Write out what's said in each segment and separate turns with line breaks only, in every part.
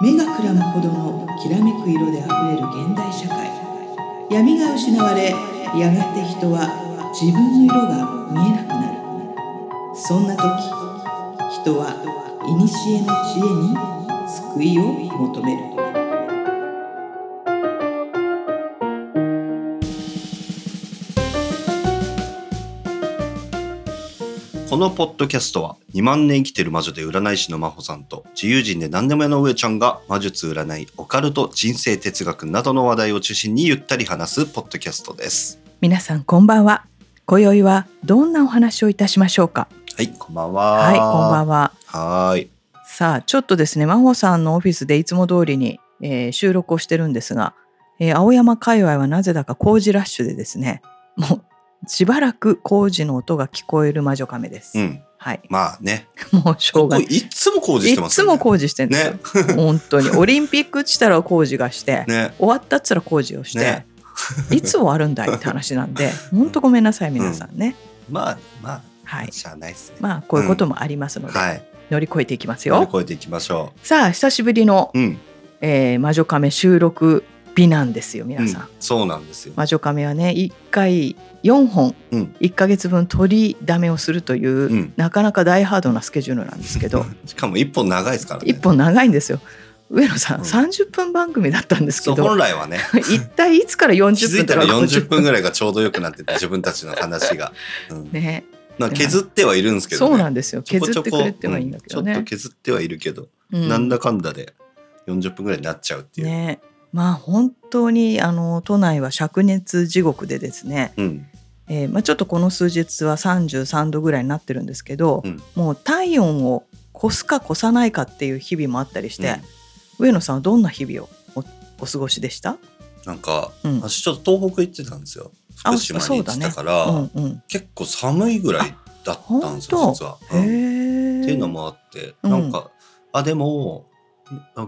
目がくらむほどのきらめく色であふれる現代社会闇が失われやがて人は自分の色が見えなくなるそんな時人は古の知恵に救いを求める
このポッドキャストは2万年生きてる魔女で占い師の真帆さんと自由人で何でも屋の上ちゃんが魔術占いオカルト人生哲学などの話題を中心にゆったり話すポッドキャストです
皆さんこんばんは今宵はどんなお話をいたしましょうか
はいこんばんは
はいこんばんは
はーい
さあちょっとですね真帆さんのオフィスでいつも通りに、えー収録をしてるんですが、えー青山界隈はなぜだか工事ラッシュでですねもうしばらく工事の音が聞こえる魔女カメです、
うん
はい
まあね
もうしょう
こ
が
こ
ない
いつも工事
い
してます
つ
よね
も工事してるんですよ、
ね
本当にオリンピックっつったら工事がして、
ね
終わったっつったら工事をして、
ね
いつ終わるんだいって話なん で本当ごめんなさい皆さんね、
まあま
は
あ
い
しゃあないですね、
まあこういうこともありますので、
はい
乗り越えていきます
乗り
よ
越えていきましょ
さあ久しぶりの
ううん
えー魔女カメ収録日なんですよ
う
皆
ん
さん、
そうなんですよ
魔女カメはね1回4本、
うん
1ヶ月分取りだめをするという、
うん
なかなか大ハードなスケジュールなんですけど
しかも一本長いですからね
1本長いんですよ上野さん、
うん
30分番組だったんです
そ
け
う本
ど
来はね
一体いつから
気
40
づい
分
た
と
ら
か
40
50
分ぐらいがちょうどよくな ってて自分たちの話が、うん
ね
なんか削ってはいるんですけど、ね、
そうなんですよ
ちょこ
削っ
ちょこ
てくれてはいいんだけど
うん
ね
ちょっと削ってはいるけど、
うん
なんだかんだで40分ぐらいになっちゃうっていう、
ねまあ本当にあの都内は灼熱地獄でですね、
うん、
えーまあ、ちょっとこの数日は33度ぐらいになってるんですけど、
うん
もう体温を越すか越さないかっていう日々もあったりして、上野さんはどんな日々をおお過ごしでした、
なんか
うん
私ちょっと東北行ってたんですよ
あ
福島に行ってたから、
うんうん、
結構寒いぐらいだったんです
あ
よ実は、うん
へえ
っていうのもあって
うん
なんか、あでも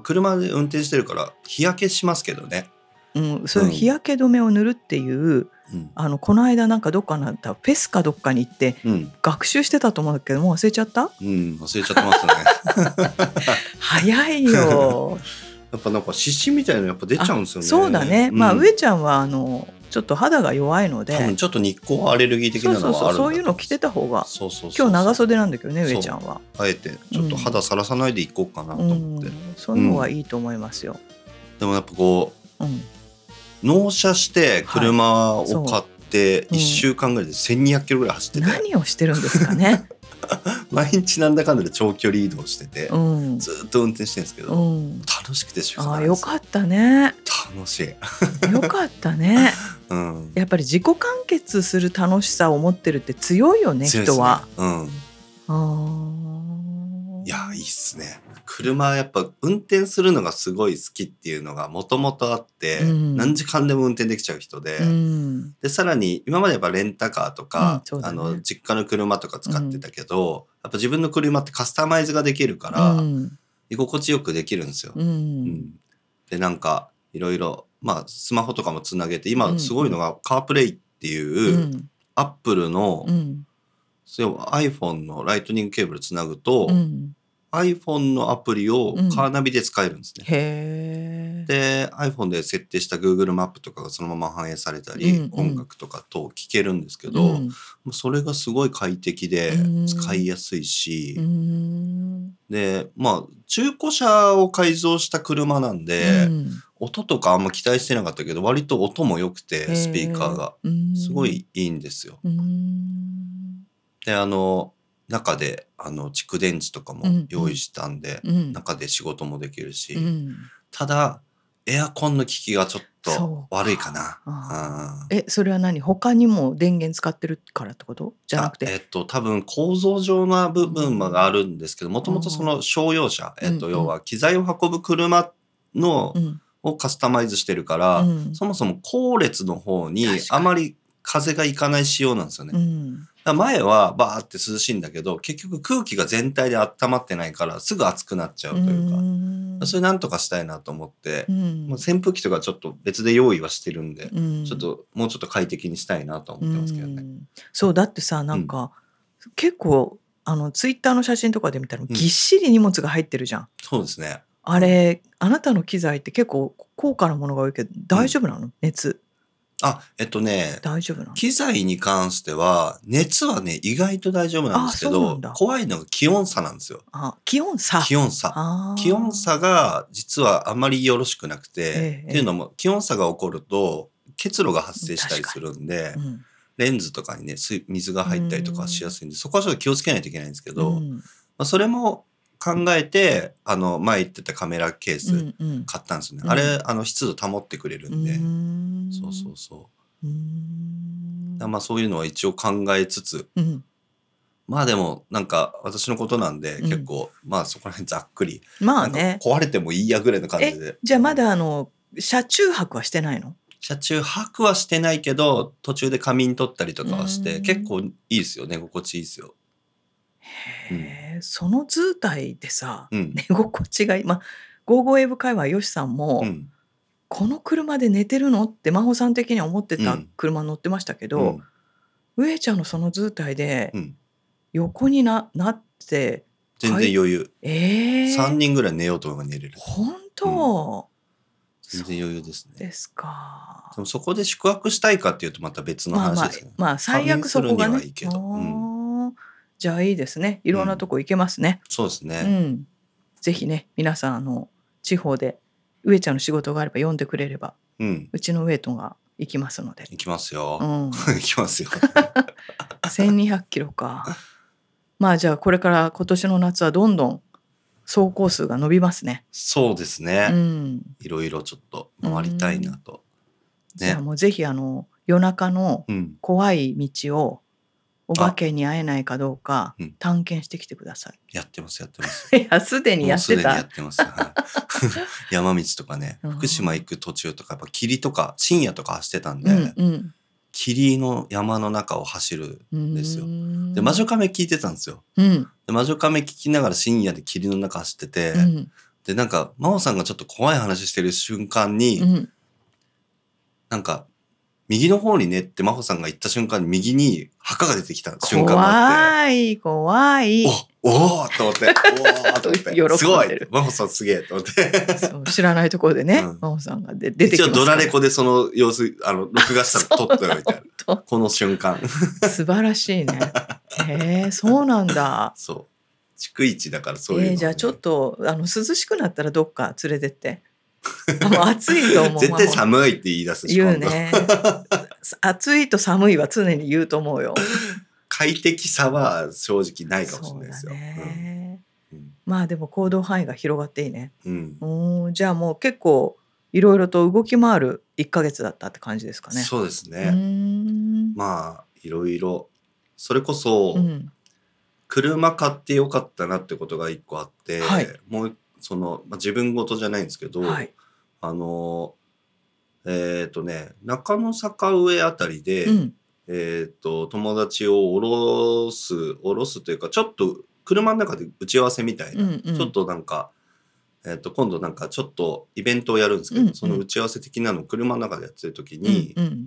車で運転してるから日焼けしますけどね、
うん、そういう日焼け止めを塗るっていう、
うん
あのこの間なんかどっかなんだフェスかどっかに行って
うん
学習してたと思うんだけどもう忘れちゃった
うん、忘れちゃってますね
早い よ
やっぱなんか湿疹みたいなのやっぱ出ちゃうんですよね
そうだね、まあ
ん
上ちゃんはあのちょっと肌が弱いので
多分ちょっと日光アレルギー的
そう
な
そう
のは
そ
あ
う
るんだ
そういうの着て
た
た方が
そうそうそ
今
う
日長袖なんだけどね
そう
上ちゃんは
あえてちょっと肌さらさないでいこうかなと
う
思
ん
って、
そういうのはいいと思いますよ、
でもやっぱこ
うん、
う納車して車を買って
うん
1週間ぐらいで1200キロぐらい走ってて、
何をしてるんですか ね
毎日なんだかんだで長距離移動してて、
うん、
ずーっと運転してるんですけど、
うん、
楽しくてしょう
あ
が
あ
ない
よ
です
かったね
楽しい、
よかったね
うん、
やっぱり自己完結する楽しさを持ってるって強いよね
強いっすね
人は、
うん、
あー
いやいいっすね車やっぱ運転するのがすごい好きっていうのがもともとあって、
うん
何時間でも運転できちゃう人で、
うん
でさらに今までやっぱレンタカーとか
うん、そうだ
あ
ね
の実家の車とか使ってたけど、やっぱ自分の車ってカスタマイズができるか
う
ら、
ん
居心地よくできるんですよ。
う
うん
ん
でなんかいろいろまあスマホとかもつなげて今
うん
すごいのがカープレイって
う
いう、
ん
アップルの、
うん
それを iPhone のライトニングケーブルつなぐと、
うん
iPhone のアプリを
うん
カーナビで使えるんですね。
へえ
で iPhone で設定した Google マップとかがそのまま反映されたり、
うんうん
音楽とかと聴けるんですけど、まあそれがすごい快適で
うん
使いやすいし、
うん
でまあ中古車を改造した車なんで、
うん
音とかあんま期待してなかったけど割と音も良くてスピーカーが
へー
すごいいいんですよ。
うーん
であの中であの蓄電池とかも用意したんで、
うん
中で仕事もできるし、
うん
ただエアコンの効きがちょっと
そう
悪いかな。
あ
うん
えそれは何他にも電源使ってるからってことじゃなく
あえ
て
っと、多分構造上な部分があるんですけどもともとその商用車、
うん
えっと、
うん
要は機材を運ぶ車の、
うん
をカスタマイズしてるから、
うん
そもそも後列の方に
確か
あ
に
まり風がいかない仕様なんですよね。
う
だか
ん
ら前はバーって涼しいんだけど結局空気が全体で温まってないからすぐ熱くなっちゃうというか、
う
それなんとかしたいなと思って、
うん
まあ、扇風機とかちょっと別で用意はしてるんで、
うん
ちょっともうちょっと快適にしたいなとは思ってますけどね。
うんそうだってさなんか結構あのツイッターの写真とかで見たら
ん
ぎっしり荷物が入ってるじゃん
そうですね。
あれあなたの機材って結構高価なものが多いけど大丈夫なの、熱
あ、えっとね、
大丈夫なの
機材に関しては、熱はね、意外と大丈夫なんですけ
あそうな
ど
んだ、
怖いのが気温差なんですよ。
あ気温差
気温差。
あー
気温差が実はあまりよろしくなくて、
ええ
っていうのも気温差が起こると結露が発生したりするんで、
うん
レンズとかにね水水が入ったりとかしやすいんでそこはちょっと気をつけないといけないんですけど、
う
ま
ん
あ、それも考えてあの前言ってたカメラケー
う
ス
んうん
買ったんですよね、
うん
あれあの湿度保ってくれるんで、
ん
そうそうそう
うーん
だからまあそういうのは一応考えつつ
うん
まあでもなんか私のことなんで
うん
結構、まあそこら辺ざっくり、
まあ
なん
ね
か壊れてもいいやぐらいの感じで
じゃあまだあの車中泊はしてないの
車中泊はしてないけど途中で仮眠取ったりとかはし
う
て
ん
結構いいですよ寝心地いいですよ。
へえ、その図体でさ、
うん
寝心地が今ゴーゴーエブ会話よしさんも、
うん
この車で寝てるのって真帆さん的には思って
う
た
ん
車乗ってましたけ
う
ど
ん、
上ちゃんのその図体で
うん
横にななって
全然余裕、
ええ
3人ぐらい寝ようと思えば寝れる
本当、
全然余裕です
そう
ね。
ですか
でもそこで宿泊したいかっていうとまた別の
まあ
話
まあ
ですけど、ね
まあ最悪そこが
仮眠
ね
するにはいいけどうん
あーじゃあいいですねいろんなとこ行けますね、
そうですね、
うん、ぜひね皆さんあの地方で上ちゃんの仕事があれば読んでくれれば
うん
うちのウェイトが行きますので、
行きま
う
すよ、
ん、
行きますよ
1200キロかまあじゃあこれから今年の夏はどんどん走行数が伸びますね、
そうです
う
ね、
ん、
いろいろちょっと回りたいなと、
じゃあもうぜひあの夜中の
うん、
怖い道をお化けに会えないかどうか
うん
探検してきてください、
やってますやってます
い やすでにやっ
もうすで
て
にや
た
ってます。はい山道とかね
うん、
福島行く途中とか、やっぱ霧とか、深夜とか走ってたんで、
うんうん
霧の山の中を走る。
うん
ですよ
で
で、魔女カメ聞いてたんですよ。
うん
で、魔女カメ聞きながら深夜で霧の中走ってて、
うん
で、なんか、真央さんがちょっと怖い話してる瞬間に、
うん
なんか、右の方にねって真帆さんが言った瞬間に右に墓が出てきた瞬間があっ
怖い
て、
怖い
おおーと 思って、おおと思っ
喜んでる
て、すごい真帆さんすげえと思って。
そう知らないところでね、
うん
真帆さんがで出てき
一
ま
応
すか
ド
ら
ラレコでその様子あの録画したら撮っておいてあ る
本
この瞬間
素晴らしい ねへえそうなんだ
そう逐一だから
え
そういうの、ね
ーじゃあちょっとあの涼しくなったらどっか連れてってあもう暑いと思う
絶対
まあも
寒いって言い出す
う
し
言う
今度
ね 暑いと寒いは常に言うと思うよ
快適さは正直ないかもし
そ
れ
う
ないで
だ
すよ、
ね、
うん
まあでも行動範囲が広がっていいね
うんうん
うーんじゃあもう結構いろいろと動き回る1か月だったって感じですかね
そうです
う
ね、
ーん
まあいろいろそれこそ、
うん
車買ってよかったなってことが一個あって、
はい
もうその、まあ、自分事じゃないんですけど、
はい
あのえっ、とね中野坂上あたりで、
うん
えー、と友達を降ろす降ろすというかちょっと車の中で打ち合わせみたいな、
うんうん
ちょっとなんか、えー、と今度なんかちょっとイベントをやるんですけど、
うんうん
その打ち合わせ的なのを車の中でやってる時
うん
に、
うん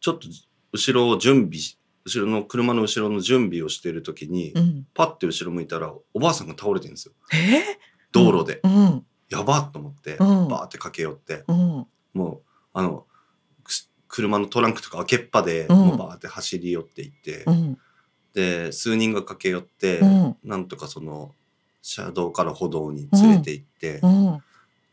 ちょっと後ろを準備し後ろの車の後ろの準備をしてる時に、
うん、
パッて後ろ向いたらおばあさんが倒れてるんですよ
え
道路で、
ー、うん
やばっと思って、
うん
バーって駆け寄って
うん
もうあのくし車のトランクとか開けっぱで、
うん
もうバーって走り寄っていって。
うん
で数人が駆け寄って、
うん
なんとかその車道から歩道に連れて行って、
うん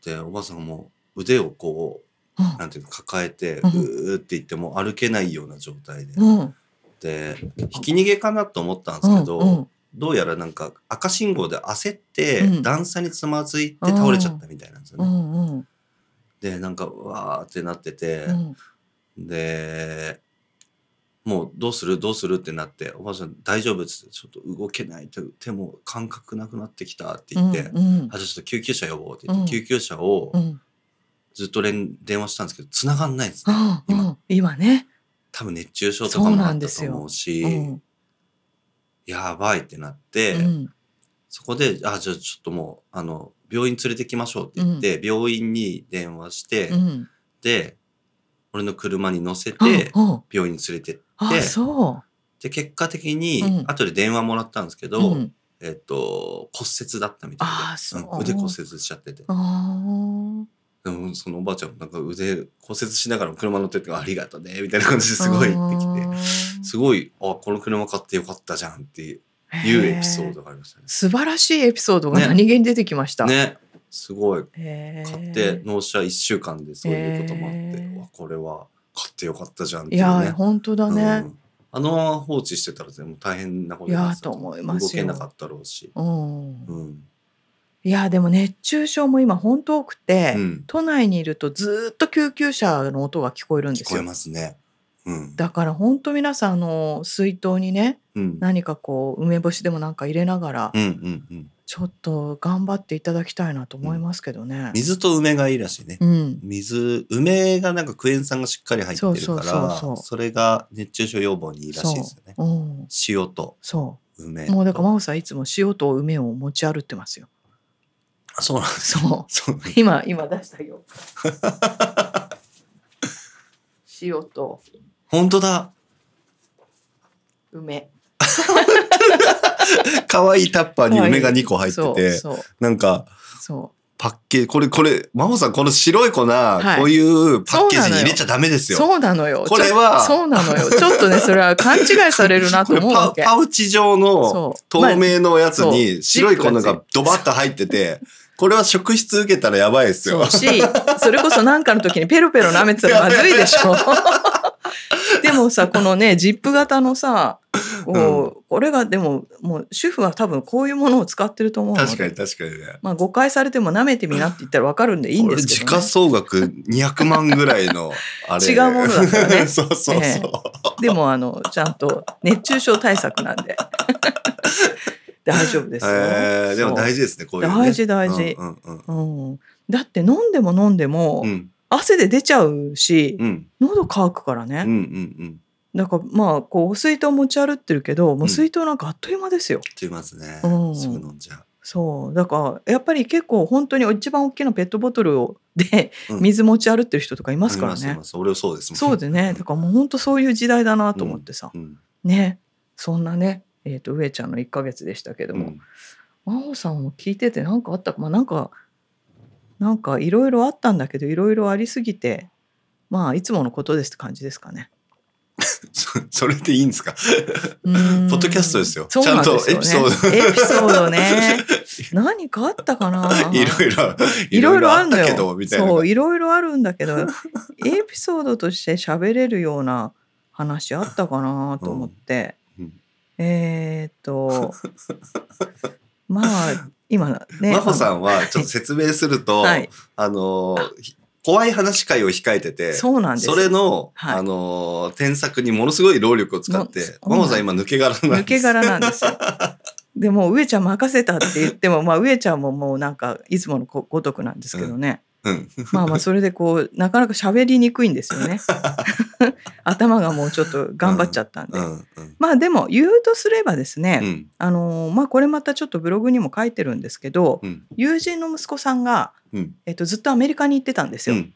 でおばあさんがもう腕をこ
うん
うなんていうの抱えて、
う
う
ん
ーって言ってもう歩けないような状態で、
うん
でひき逃げかなと思ったんですけど、
うんうん
どうやらなんか赤信号で焦って、
うん
段差につまずいて倒れちゃったみたいなんですよ
う
ね。
んうん
でなんかうわーってなってて、
うん
でもうどうするどうするってなっておばあちゃん大丈夫っつってちょっと動けない手手も感覚なくなってきたって言って、
うん
あじゃあちょっと救急車呼ぼうって言って、
うん
救急車を
うん
ずっと連電話したんですけど繋がんないんです
う
ね、
ん
今
うん今ね、
多分熱中症とか
そう
も
な
あ
ん
っ
で
た
す
と
よ
思うし
うん
やばいってなって、
うん
そこであじゃあちょっともうあの病院連れてきましょうって言って、病院に電話して、
うん
で俺の車に乗せて
うんうん
病院に連れてって。
あそう
で結果的に
うん
後で電話もらったんですけど、
うん
えっと、骨折だったみたいで
あーそう
うん腕骨折しちゃってて
あ
でもそのおばあちゃんもなんか腕骨折しながらも車乗ってて「ありがとね」みたいな感じですごい言ってきてすごい「あこの車買ってよかったじゃん」っていう
て
エピソードがありましたね。
素晴らしいエピソードが
ね
何気に出てきました、
ねすごい
へー
買って納車1週間でそういうこともあって
へー
うわこれは買ってよかったじゃんって
い
いう
や
ね。
本当だね
う、んあのまま放置してたら、ね、もう大変なことになってた
いやと思いますよ
動けなかったろうし。
うん
うん
いやでも熱中症も今本当多くて、
うん
都内にいるとずーっと救急車の音が聞こえるんで
聞
す
こえ
よ
ますね。うん
だから本当皆さんあの水筒にね
うん
何かこう梅干しでもなんか入れながら、
うんうんうん、
ちょっと頑張っていただきたいなと思いますけどね。
水と梅がいいらしいね。
うん、
水梅がなんかクエン酸がしっかり入ってる
そう
か
そうそ
ら
うそう
それが熱中症予防にいいらしいですよね
そう、うん、
塩と
そ
梅
う。もうだから真帆さんいつも塩と梅を持ち歩ってますよ。
あそうなんです
そう。
そう
今今出したよ。塩と
本当だ
梅。
可愛いタッパーに梅が2個入ってて、
そうそう
なんか
そ
パッケージこれこれ真帆さんこの白い粉、
い
こういうパッケージに入れちゃダメで
う。
すよ
そうなのよ。
これは
ちょそうなの よ。ちょっとねそれは勘違いされるなと
これ
思う
パ
わけ。
パウチ状の
そう。
透
まあ
明のやつ
そう
に白い粉
ジップが
がドバッと入ってて これは職質受けたらやばいです
そ
よ
うし、それこそなんかの時にペロペロ舐めてたらまずいでしょ。 でもさ、このね、ジップ型のさ、こう、これがでも、もう主婦は多分こういうものを使ってると思うので。
確かに確かにね
まあ誤解されても舐めてみなって言ったらわかるんでいいんですけど、ね。
これ時価総額200万ぐらい のあれ
違うものだからね
そうそうそう、
ええでもあの、ちゃんと熱中症対策なん で。大丈夫ですよ。
えーでも大
事、
事ですねこういう、ね、
大事大事
うんうん
うん。だって飲んでも飲んでも、
うん
汗で出ちゃうし、
うん
喉乾くからね。
うんうんうん
なんかまあこうお水筒持ち歩ってるけどもううん水筒なんかあっという間ですよ、
と言いますね、
うん
すぐ飲んじゃう
そうだからやっぱり結構本当に一番大きなペットボトルをで
うん
水持ち歩ってる人とかいますから
飲み
ね
ま、す俺そうですもん
そうでねだからもう本当そういう時代だなと思ってさ、
うん
ねそんなねえー、と上ちゃんの1ヶ月でしたけども、真帆さんも聞いててなんかあったかまあなんかなんかいろいろあったんだけどいろいろありすぎてまあいつものことですって感じですか ね。
そ それでいいんですか
ポッ
ポッドキャストですよ
そうなんですよ、ね、
ちゃんとエピソード。
エピソードね。何かあったかな
いろいろ
いろいろあ
あ
る
っ
んだ
た
よ。
けどみたいな
そう、いろいろあるんだけど、エピソードとして喋れるような話あったかなと思って。
うん
えーっと、まあ今ね。
真帆さ
ん
んはちょっと説明すると、
はい、
あのーひ怖い話会を控えてて
そうなんですよ。
それの、
はい
あのー添削にものすごい労力を使って
もそう
ママさん今抜け殻なん
抜
で
け
す
殻なんです よ。でもう上ちゃん任せたって言っても、まあ、上ちゃんももうなんかいつものごごとくなんですけどね、
うん
まあまあそれでこうなかなか喋りにくいんですよ ね頭がもうちょっと頑張っちゃったんで、
うんうん
まあでも言うとすればですね、
うん
あのーまあこれまたちょっとブログにも書いてるんですけど、
うん
友人の息子さんが、
うん
えっとずっとアメリカに行ってたんです
う
よ、
ん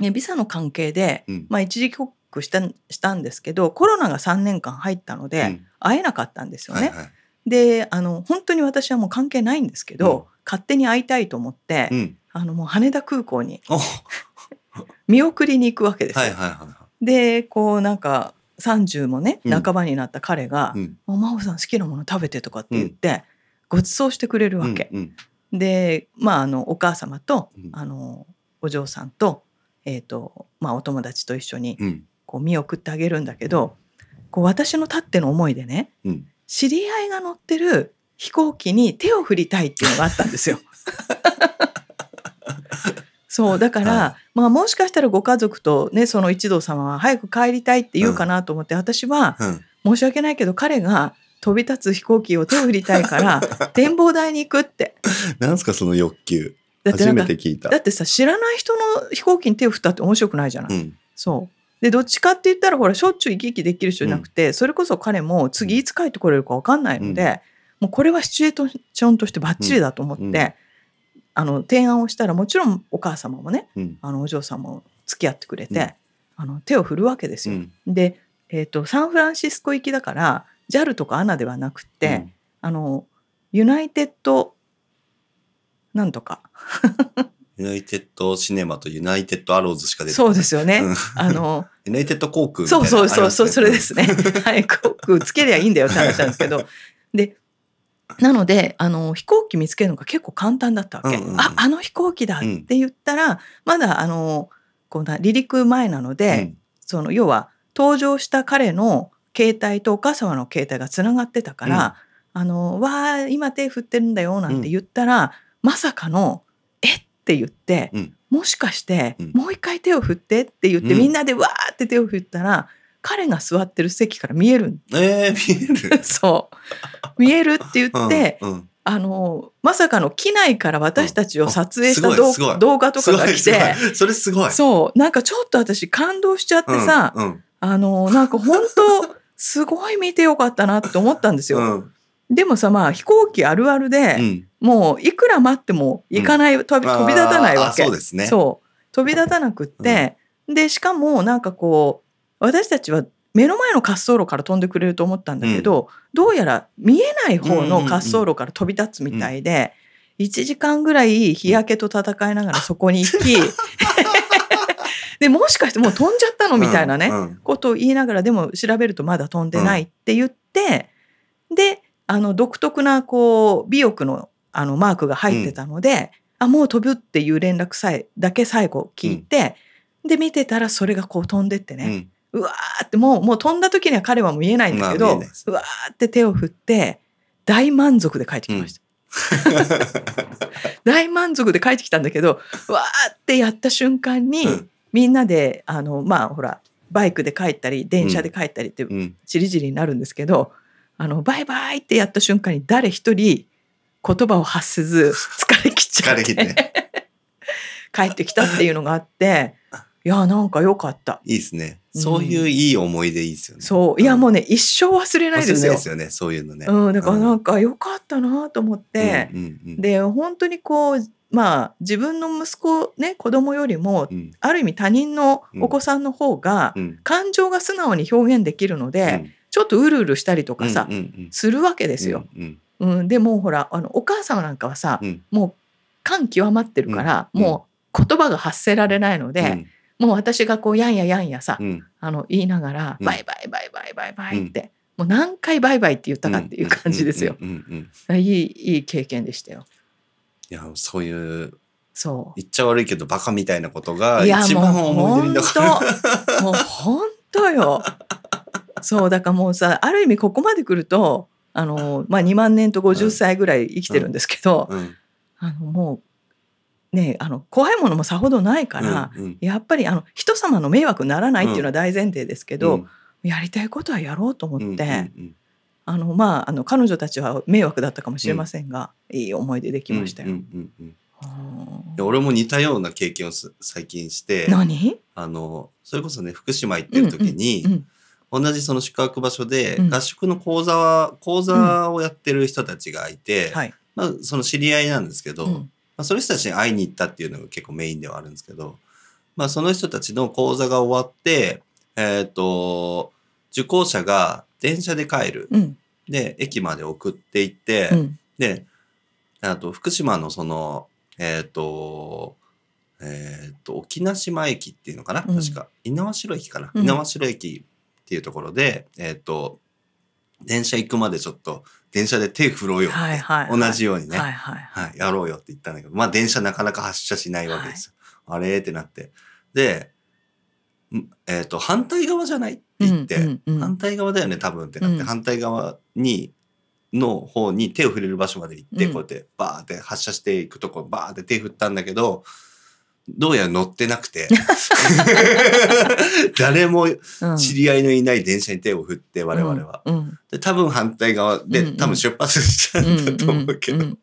ねビザの関係で、
うん
まあ、一時帰国したしたんですけどコロナが3年間入ったので、
うん
会えなかったんですよね、
はいはい
であの本当に私はもう関係ないんですけど、
うん
勝手に会いたいと思って、
うん
あのもう羽田空港に
おは
見送りに行くわけですよ。
いはいはいは
でこうなんか30もね
うん
半ばになった彼が
いうん
「もう真帆さん好きなもの食べて」とかって言って、ご馳走してくれるわけ。
うん
でまああのお母様と、
うん
あのお嬢さんと,、えーとまあ、お友達と一緒に
うん
こう見送ってあげるんだけどこう私のたっての思いでね
うん
知り合いが乗ってる飛行機に手を振りたいっていうのがあったん ですよ。そうだから、
は
まあ、もしかしたらご家族と、ね、その一同様は早く帰りたいって言うかなと思って、私は
うん
申し訳ないけど彼が飛び立つ飛行機を手を振りたいから 展望台に行くって
なんすかその欲求
だってな
初
ん
め
か
て聞いた
だってさ知らない人の飛行機に手を振ったって面白くないじゃない。
うん
そうでどっちかって言ったらほらしょっちゅう行き来できる人じゃなくて、それこそ彼も次いつ帰ってこれるか分かんないので、もうこれはシチュエーションとしてバッチリだと思って、
うんうん
あの提案をしたらもちろんお母様もね
うん
あのお嬢さんも付き合ってくれて、
うん
あの手を振るわけです
う
よ。
ん
で、えー、とサンフランシスコ行きだから JAL とか ANA ではなくて、
うん
あのユナイテッドなんとか
ユナイテッドシネマとユナイテッドアローズしか出てこ
そ
な
う
い
ですよね、
うん
あの
ユナイテッド航空みたい
そう
な
そうそうそう、それで。
あ
す ね。はい、航空つけりゃいいんだよって話なんですけど。で、なので、あの、飛行機見つけるのが結構簡単だったわけ。
うんうんうん
あ、あの飛行機だって言ったら、まだ、あの、こうな離陸前なの
りま
で、
すね
その、要は、搭乗した彼の携帯とお母様の携帯がつながってたから、あの、わー、今手振ってるんだよ、なんて言ったら、まさかの、えって言って、
うん
もしかして、
うん
もう一回手を振ってって言って、
うん
みんなでわーって手を振ったら、彼が座ってる席から見えるん
うんえー、見える。
そう。見えるって言って、
うんうん
あの、まさかの機内から私たちを撮影した
うんあ
動,、
すごいすごい
動画とかが来
すごい
て、
すごいそれすごい。
そう、なんかちょっと私感動しちゃって
うん
さ、
うん
あの、なんか本当すごい見てよかったなって思ったんです
う
よ。
ん
でもさ、まあ飛行機あるあるで、
うん
もういくら待っても行かない、飛び飛び立たないわけ
あーあーそうですね。
そう飛び立たなくって、でしかもなんかこう私たちは目の前の滑走路から飛んでくれると思ったんだけど、どうやら見えない方の滑走路から飛び立つみたいで、1時間ぐらい日焼けと戦いながらそこに行 きでもしかしてもう飛んじゃったのみたいなね、
うんうん
ことを言いながらでも調べるとまだ飛んでないって言って、であの独特なこう美翼のあのマークが入ってたので、あもう飛ぶっていう連絡さえだけ最後聞いて、で見てたらそれがこう飛んでって
う
ね、
ん
うわーってもうもう飛んだ時には彼は見えないんだけど、
まあ見えないです
うわーって手を振って大満足で帰ってきました。 大満足で帰ってきたんだけどわーってやった瞬間に、
うん
みんなであのまあほらバイクで帰ったり電車で帰ったりって
うん
ちりぢりになるんですけど、あのバイバイってやった瞬間に誰一人言葉を発せず疲れきっちゃ
疲
っ
れ
て
切って。
帰ってきたっていうのがあっていやなんか良かった
いいですね。そういういい思い出いいですよね。
そういやも
う
うね一生忘れ
ん
ない
忘れ
です
ない
よ
ですよね。そういうのね。
うん、だからなんか良かったなと思って、
うんうんうん
で本当にこうまあ自分の息子ね子供よりも
うん
ある意味他人のお子さんの方が
うん
感情が素直に表現できるので、
うん
ちょっとうるうるしたりとかさ、
うんうんうん
するわけですよ。。
うん
うんでもうほらあのお母様なんかはさ、
うん
もう感極まってるから、
うん
もう言葉が発せられないので、もう私がこうやんややんやさ、
うんうん
あの言いながら、
うん
バイバイバイバイバイバイって、もう何回バイバイって言ったかっていう感じですよ。
うんうんうんうん
いいいい経験でしたよ。
いやそういう
そう
言っちゃ悪いけどバカみたいなことが
いや
一
もう
番思い出に残る。
本当もう本当よ。そうだからもうさある意味ここまで来るとあの、まあ、2万年と50歳ぐらい生きてるんですけど、
うん
あのもうねあの怖いものもさほどないから、
うんうん
やっぱりあの人様の迷惑にならないっていうのは大前提ですけど、やりたいことはやろうと思って、
うんうんうん
あのまああの彼女たちは迷惑だったかもしれませんが、いい思い出できましたよ。
うんうんうんうん
う
い
ん
や俺も似たような経験をす最近して
何、
あのそれこそね福島行ってる時に、
うん
同じその宿泊場所で
うん
合宿の講座は講座をやってる人たちがいて、
はい、
まあ、その知り合いなんですけど、
う
ま
ん
あ、その人たちに会いに行ったっていうのが結構メインではあるんですけど、まあ、その人たちの講座が終わって、えっと受講者が電車で帰る
うん
で駅まで送って行って、
うん
で、あと、福島のその、えっ、と、えっ、と、沖縄島駅っていうのかな、
うん
確か。猪苗代駅かな、
うん
猪苗代駅っていうところで、えっ、と、電車行くまでちょっと、電車で手振ろうよって、
はいはいはい
同じようにね、
は
はいい
はい
やろうよって言ったんだけど、まあ、電車なかなか発車しないわけですよ。あれーってなって。で、んえっ、と、反対側じゃないって言って、
うんうんうん
反対側だよね多分ってなって、
うん
反対側にの方に手を触れる場所まで行って、
うん
こうやってバーって発射していくとこバーって手振ったんだけどどうやら乗ってなく て誰も
うん
知り合いのいない電車に手を振って我々は、
うんうん
で多分反対側
う
で
んうん
多分出発したんだと思うけど、
んん
っ
ん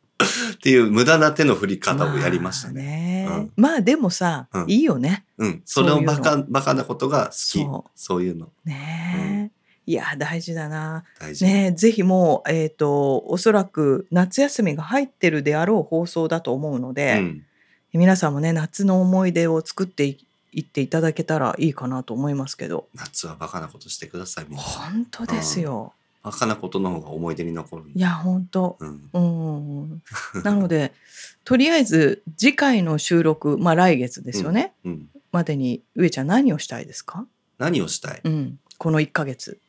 ていう無駄な手の振り方をやりましたね。
まあね
うん
まあでもさ、
うん
いいよね。
うん、それをバ
そう
カバカなことが好き
そ
そうういうの
ねえいや大事だな。
大事、
ねえぜひもうえっ、とおそらく夏休みが入ってるであろう放送だと思うの
う
で、
ん、
皆さんもね夏の思い出を作っていいっていただけたらいいかなと思いますけど。
夏はバカなことしてください皆さん
本当ですよ。
儚いことの方が思い出に残るん
い
だ
や本当
うん
うんうんうんなのでとりあえず次回の収録まあ来月ですよね、
うん、
までに上ちゃん何をしたいですか、
何をしたい
うん、この1ヶ月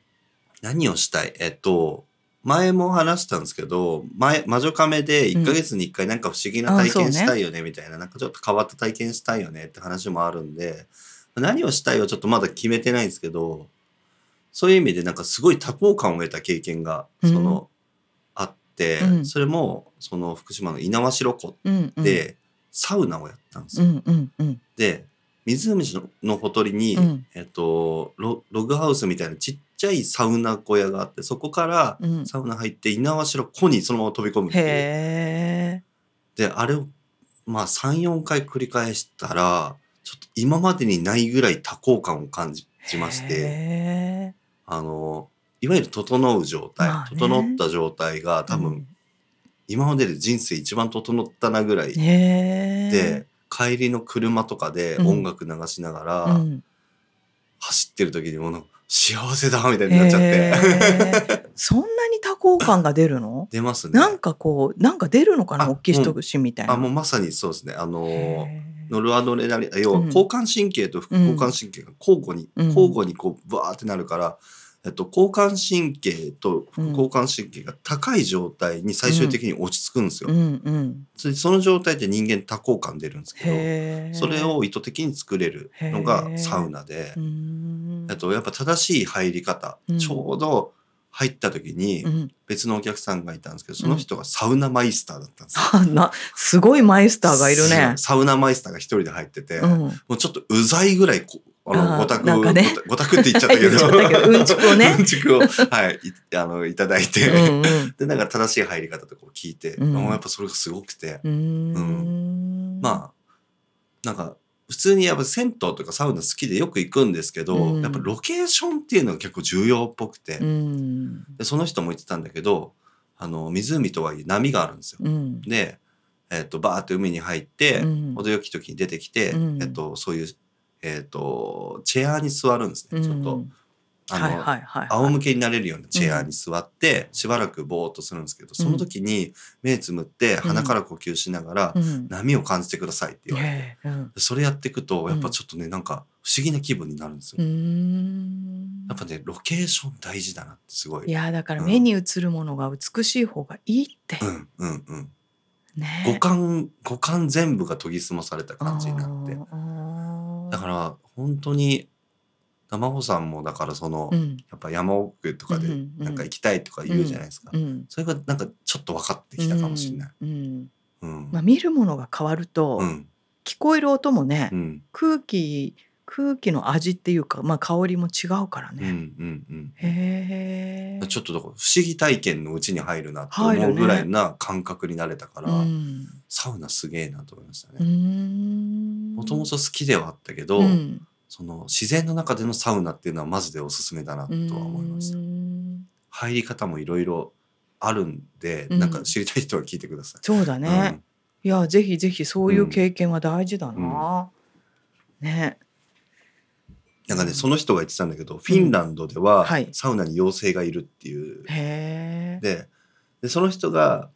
何をしたいえっと前も話したんですけど前魔女カメで1ヶ月に1回なんか不思議な体
あそうね
験したいよねみたいな、なんかちょっと変わった体験したいよねって話もあるんで何をしたいはちょっとまだ決めてないんですけどそういう意味でなんかすごい多幸感を得た経験がその、あって、
うん
それもその福島の猪苗代湖
うんうん
で、サウナをやったんです
う
よ。
んうんうん
で湖ののほとりに、
うん
えっと、ロログハウスみたいなちっちゃいサウナ小屋があってそこから
うん
サウナ入って猪苗代湖にそのまま飛び込むっていう
へえ
であれをまあ34回繰り返したらちょっと今までにないぐらい多幸感を感じまして
て
あのいわゆる整う状態、
まあね
整った状態が多分、今までで人生一番整ったなぐらい
うん、へえ
で、帰りの車とかで
うん
音楽流しながら、
うん、
走ってる時にもの幸せだみたいになっちゃって、
へーそんなに多幸感が出るの
出ますね
なんかこうなんか出るのか
あ
な大きい人しみたいな。
あもうまさにそうですねあのー
へー
ノルアドレナリンあ要は
うん
交感神経と副交感神経が交互に、
うん
交互にこうバーってなるから、えっと、交感神経と副交感神経が高い状態に最終的に落ち着くんですよ、
うんうん、
それでその状態で人間多幸感出るんですけ
へー
どそれを意図的に作れるのがサウナで
うー、ん
えっと、やっぱ正しい入り方、
うん
ちょうど入った時に、
うん、
別のお客さんがいたんですけど、その人がサウナマイスターだったん ですよ。
あ なすごいマイスターがいるね。
サウナマイスターが一人で入ってて、
う
も
ん、
うちょっとうざいぐらいこ、あの、
あー
ごたく、
なんかね
ごたくって言っちゃったけ
言っちゃ
ど、
ったけどうんちくをね
うんちくを、はい、いあの、いただいて、
うん
で、なんか正しい入り方とかを聞いて、
うん
あやっぱそれがすごくて、
うん、うーん
まあ、なんか、普通にやっぱ銭湯とかサウナ好きでよく行くんですけど、
うん
やっぱロケーションっていうのが結構重要っぽくて、
うん
でその人も言ってたんだけど、あの、湖とはいえ波があるんですよ。
うん
で、えっとバーって海に入って、
うん
程よき時に出てきて、
うん
えっとそういう、えっとチェアに座るんです
う
ね、
ん
ちょっとあの、
はいはいはい、
仰向けになれるようなチェアに座って、しばらくぼーっとするんですけどその時に目つむって鼻から呼吸しながら、
うん
波を感じてくださいって言われて、
ねえうん
それやっていくと
ん
やっぱちょっとねなんか不思議な気分になるんですよ。
うーん
やっぱねロケーション大事だなってすごい。
いやだから
うん
目に映るものが美しい方がいいって、
うんうんうん、
ね
五感五感全部が研ぎ澄まされた感じになってだからら本当に生穂さんもだからその、
うん
やっぱ山奥とかで
うんうんうん
なんか行きたいとか言うじゃないですか、
うん
それがなんかちょっと分かってきたかもしれない。
うんうん
うん
まあ、見るものが変わると、
うん
聞こえる音もね、
うん
空気空気の味っていうか、まあ、香りも違うから
うんう
ね、
ん
へ
う
え
んちょっとだから不思議体験のうちに入るなって思うぐらいな感覚になれたから、
うん
サウナすげえなと思いました
うー
ね。
ん
もともと好きではあったけど、
うん
その自然の中でのサウナっていうのはマジでおすすめだなとは思いました
う。ん
入り方もいろいろあるんで、
うん
なんか知りたい人は聞いてください。
そうだね、いやぜひぜひそういう経験は大事だな、ね
うん、なんかねその人が言ってたんだけど、フィンランドでは
はい
サウナに妖精がいるっていう、
へえ
ででその人が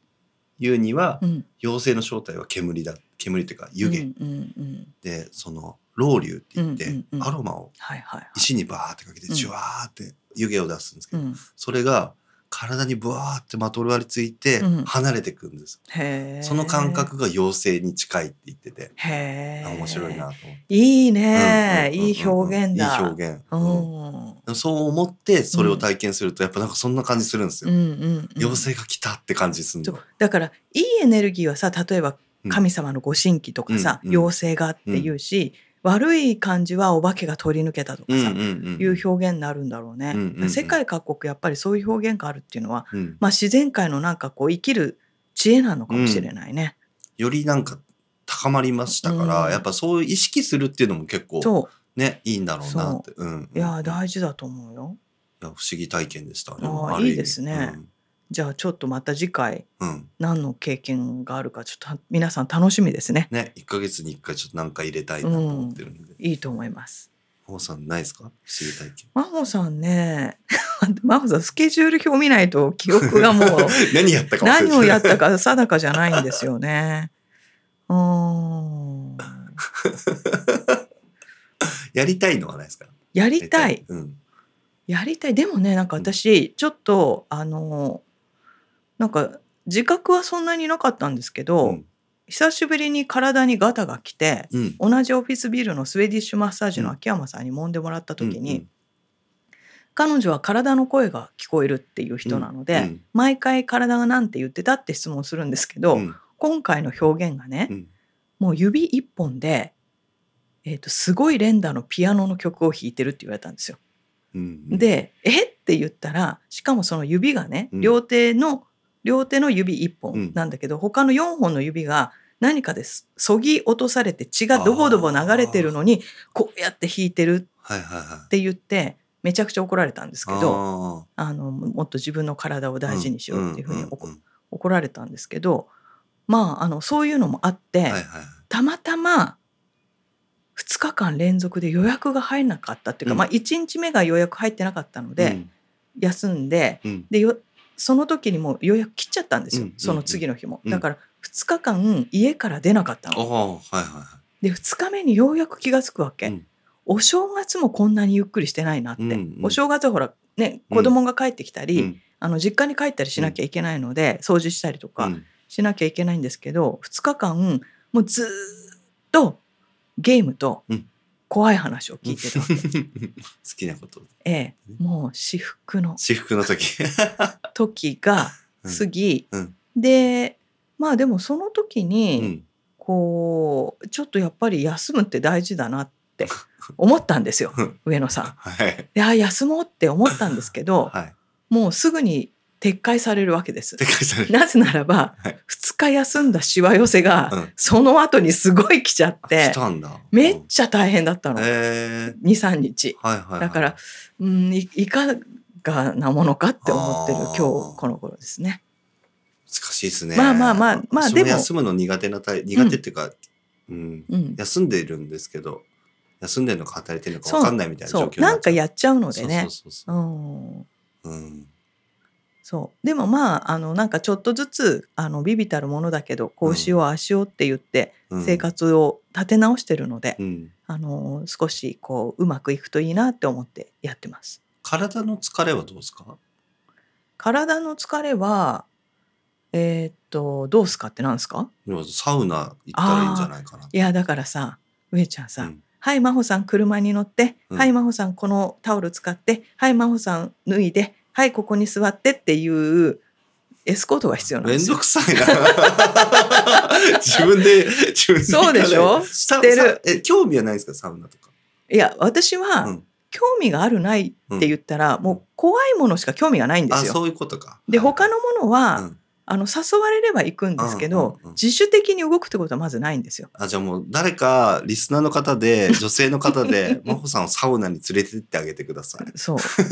言うには、
うん
妖精の正体は煙だ煙っていうか湯気、
うんうんうん
でその老流って言って、
うんうんうん
アロマを
はいはいはい
石にバーってかけて
うん
ジュワーって湯気を出すんですけ
う
ど、
ん、
それが体にブワーってまとわりついて
うん
離れてくんです、
へえ
その感覚が妖精に近いって言ってて、
へ
あ
え
面白いなと思って。
いいね、
うんうんうんうん
いい表現だ
いい表現。
う
うん
んうん
そう思ってそれを体験するとやっぱなんかそんな感じするんです
う
よ。
んうん
妖精が来たって感じする
そう
の。
だからいいエネルギーはさ例えば
うん
神様のご神器とかさ、
うんうん
妖精がっていうし、悪い感じはお化けが取り抜けたとか
うんう
さ、
んうん。
いう表現になるんだろうね、
うんうんうん
だから世界各国やっぱりそういう表現があるっていうのは、
うん
まあ、自然界のなんかこう生きる知恵なのかもしれないね。
よりなんか高まりましたから、
うん
やっぱそういう意識するっていうのも結構
そ
ねいいんだろうなって。うん
ういやー
い
大事だと思うよ。
や不思議体験でした。
あー
る意味
いいですね。じゃあちょっとまた次回
うんうん。
何の経験があるかちょっと皆さん楽しみですね。
ね一ヶ月に一回ちょっと何か入れたいなと思ってるんで。
いいと思います。
ほうさんないですか不思議体験。
真帆さんね 真帆さんスケジュール表見ないと記憶がもう
何やったか忘れて
何をやった
か
か定かじゃないんですよ ね。うーん
やりたいのはないですか
やりたい。
うん
やりたいでもねなんか私ちょっとあのなんか自覚はそんなになかったんですけど、
うん
久しぶりに体にガタが来て
うん
同じオフィスビルのスウェディッシュマッサージの秋山さんに揉んでもらった時に、彼女は体の声が聞こえるっていう人なので、
うん
毎回体が何て言ってたって質問するんですけど、
うん
今回の表現がね、
うん
もう指一本で、えー、とすごい連打のピアノの曲を弾いてるって言われたんですよ。
うん
で「えっ?」て言ったらしかもその指がね
うん
両手の両手の指1
うん
本なんだけど、他の4本の指が何かですそぎ落とされて血がドボドボ流れてるのにこうやって弾いてる
はいはいは
っ
い
て言ってめちゃくちゃ怒られたんですけど
ど
あのもっと自分の体を大事にしようっていうふうに怒,、
ん
怒られたんですけどまああのそういうのもあって、
はいはいはい
たまたま2日間連続で予約が入らなかったっていうか、
うん
まあ、1日目が予約入ってなかったので、
うん
休んで
うん
でよその時にもう予約切っちゃったんですよ、
うん
その次の日も、
うん
だから2日間家から出なかった
あ
の、
あはいはいは
で2日目にようやく気が付くわけ、
うん
お正月もこんなにゆっくりしてないなって、
うんうん
お正月はほらね
うん
子供が帰ってきた
い
り、
うん
あの実家に帰ったりしなきゃいけないので、掃除したりとか
うん
しなきゃいけないんですけど、2日間もうずーっとゲームと
うん
怖い話を聞いてたわけ、
好きなこと
ええもう至福の
私服 の時
時が
うん
過ぎ、
うん
でまあでもその時
う
に、
ん
こうちょっとやっぱり休むって大事だな って思ったんですよ
うん
上野さん。
はい
いや休もうって思ったんですけど、
はい
もうすぐに撤回されるわけです
で。かいされる
なぜならば、
はい
2日休んだしわ寄せが、
うん
その後にすごい来ちゃっ
あ
て
来たんだ
めっちゃ大変だったの、
えー
23日
はいはいはい
だからうんいいかがなものかって思ってる
あ
今
ー
日この頃ですね。
難しいですね。
まあまあまあまあ
私
でも
休むの苦手なタイ苦手っていうか、うん、
うん、
休んでいるんですけど、休んでるのか働いてるのかわかんないみたいな
そ
状
う
況
なんかや
っ
っちゃう
た
のでね。
そうそうそう
うん
そう。うん。
そうでもまああのなんかちょっとずつあのビビたるものだけどこうしようああしようって言って
うん
生。活を立て直してるので、
うん。
あの少しこううまくいくといいなって思ってやってます。
体の疲れはどうですか？
体の疲れはえーっとどうすかってなんですか
でもサウナ行ったらいいんじゃないかな。
いやだからさ上ちゃんさ、
うん
はい真帆さん車に乗って、
うん
はい真帆さんこのタオル使ってはい真帆さん脱いではいここに座ってっていうエスコートが必要なん
め
で
ん
す
ど
よ。
くさいな。 自分で自分で行
そ
か
う
ない
でしょ
さ
知ってる
さえ興味はないですかサウナとか？
いや私は、
うん
興味があるないって言ったら、
ん
もう怖いものしか興味がないんで
あ
すよ。
そういうことか。
で他のものは、
うん
あの誘われれば行くんですけど、
うんうんうん
自主的に動くってことはまずないんですよ。
あ、じゃあもう誰かリスナーの方 で、女性の方で、真帆さんをサウナに連れてってあげてください。
そうそう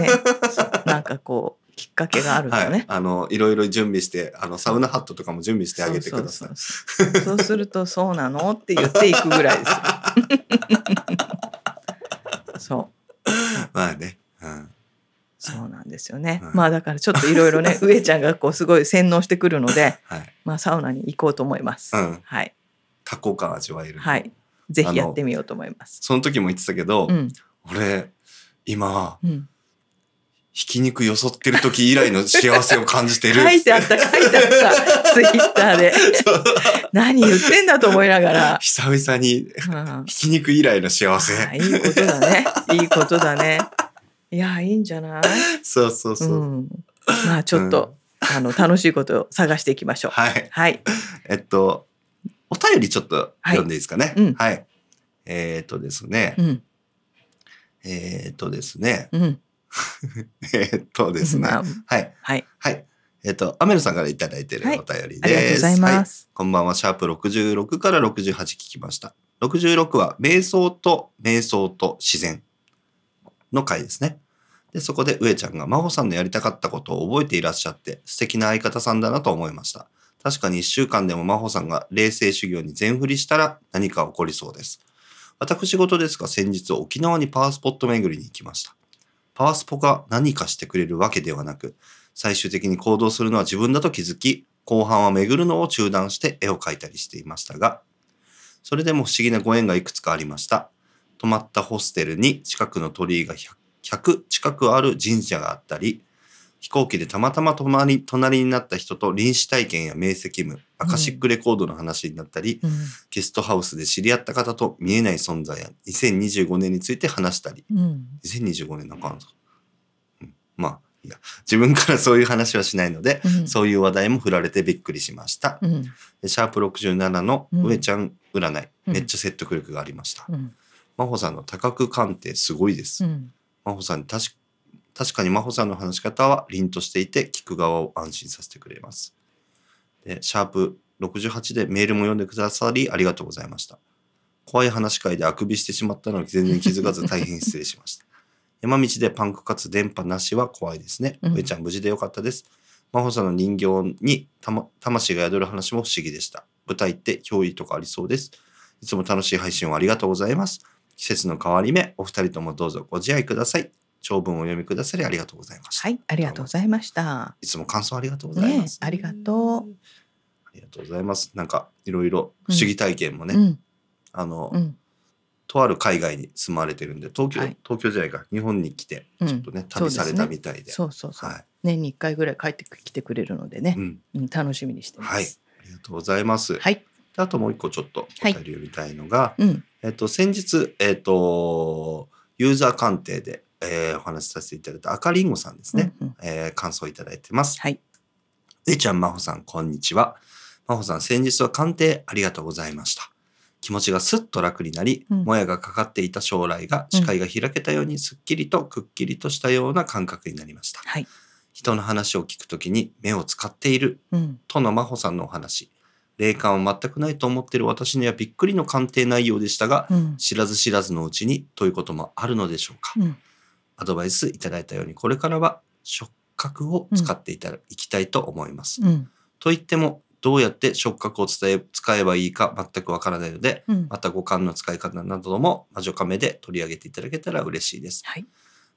ねそうなんかこうきっかけがあると
はい。
ね。
あの、いろいろ準備して、あの、サウナハットとかも準備してあげてください
そう。そうそうそうすると「そうなの?」って言っていくぐらい ですよ。そう
まあね。うん。
そうなんですよね。
はい
まあだからちょっといろいろ ね上ちゃんがこうすごい洗脳してくるので、
はい。
まあ、サウナに行こうと思います。
うん。
はい
多幸感味わえる。
はい。ぜ
あの
ひやってみようと思います。
その時も言ってたけど、
うん。
俺、今、
うん。
ひき肉よそってる時以来の幸せを感じ てる。
書いてあった、書いてあっ た。ツイッターで。 何言ってんだと思いながら。
久々に、
うん
ひき肉以来の幸せ。
あいいことだね。いいことだね。いや、いいんじゃない
そうそうそうう。
ん。まあ、ちょっと、あの、楽しいことを探していきましょう。
はい。
はい。
えっと、お便りちょっと読んでいいですかね。
はいうん
はい。えーっとですね。
うん。
えーっとですね。
うん。
えーっとですね。
まあ
はい。
はい。
はい。えーっと、アメルさんからいただいてるお
はい
便りです。
ありがとうござい
は
ます。
こんばんは、シャープ66から68聞きました。66は、瞑想と瞑想と自然の回ですね。で、そこで上ちゃんが、真帆さんのやりたかったことを覚えていらっしゃって、素敵な相方さんだなと思いました。確かに1週間でも真帆さんが冷静修行に全振りしたら何か起こりそうです。私事ですが、先日沖縄にパワースポット巡りに行きました。パワースポが何かしてくれるわけではなく、最終的に行動するのは自分だと気づき、後半は巡るのを中断して絵を描いたりしていましたが、それでも不思議なご縁がいくつかありました。泊まったホステルに近くの鳥居が 100, 100近くある神社があったり、飛行機でたまたま隣隣になった人と臨死体験や明晰夢、アカシックレコードの話になったり、
うん
ゲストハウスで知り合った方と見えない存在や2025年について話したり、
うん
2025年なんかあるんですか、うんまあ、いや、自分からそういう話はしないので、
うん
そういう話題も振られてびっくりしました。
うん
シャープ67の
うん
上ちゃん占い、
うん
めっちゃ説得力がありました。
うん
真帆さんの多角鑑定すごいです。
うん
真帆さん確か確かに真帆さんの話し方は凛としていて聞く側を安心させてくれます。で、シャープ68でメールも読んでくださりありがとうございました。怖い話し会であくびしてしまったのに全然気づかず大変失礼しました。 山道でパンクかつ電波なしは怖いですね。
うん
上ちゃん無事でよかったです。真帆さんの人形にた、ま、魂が宿る話も不思議でした。舞台って憑依とかありそうです。いつも楽しい配信をありがとうございます。季節の変わり目、お二人ともどうぞご自愛ください。長文をお読みくださりありがとうございまし
は
た。
いありがとうございました。
いつも感想ありがとうござい
ね
ます。
ありがとう。
ありがとうございます。なんかいろいろ不思議体験もね、
うん
あの、
うん
とある海外に住まれてるんで、東京、
はい
東京じゃないか、日本に来て、
うん
ちょっとね、
そうで
旅
すね
されたみたいで。
そうそうそう、
はい、
年に一回ぐらい帰ってきてくれるのでね
う、ん、
うん楽しみにしてま
はい
す。
ありがとうございます。
はい、
であともう一個ちょっとお
はい
便り読みたいのが、
うん
えっと、先日、えっと、ユーザー鑑定で、えーお話しさせていただいた赤りんごさんですね。
うんうん
えー感想をいただいてます。
はい。
えいちゃん、まほさん、こんにちは。まほさん、先日は鑑定ありがとうございました。気持ちがすっと楽になり、
うん
もやがかかっていた将来が視界が開けたようにすっきりとくっきりとしたような感覚になりました。
はい、
人の話を聞くときに目を使っている
うん
との真帆さんのお話。霊感は全くないと思っている私にはびっくりの鑑定内容でしたが、
うん
知らず知らずのうちにということもあるのでしょうか。
うん
アドバイスいただいたようにこれからは触覚を使っていた、いきたいと思います。
うん
と言ってもどうやって触覚を伝え使えばいいか全くわからないので
うん
また五感の使い方なども魔女カメで取り上げていただけたら嬉しいです。
はい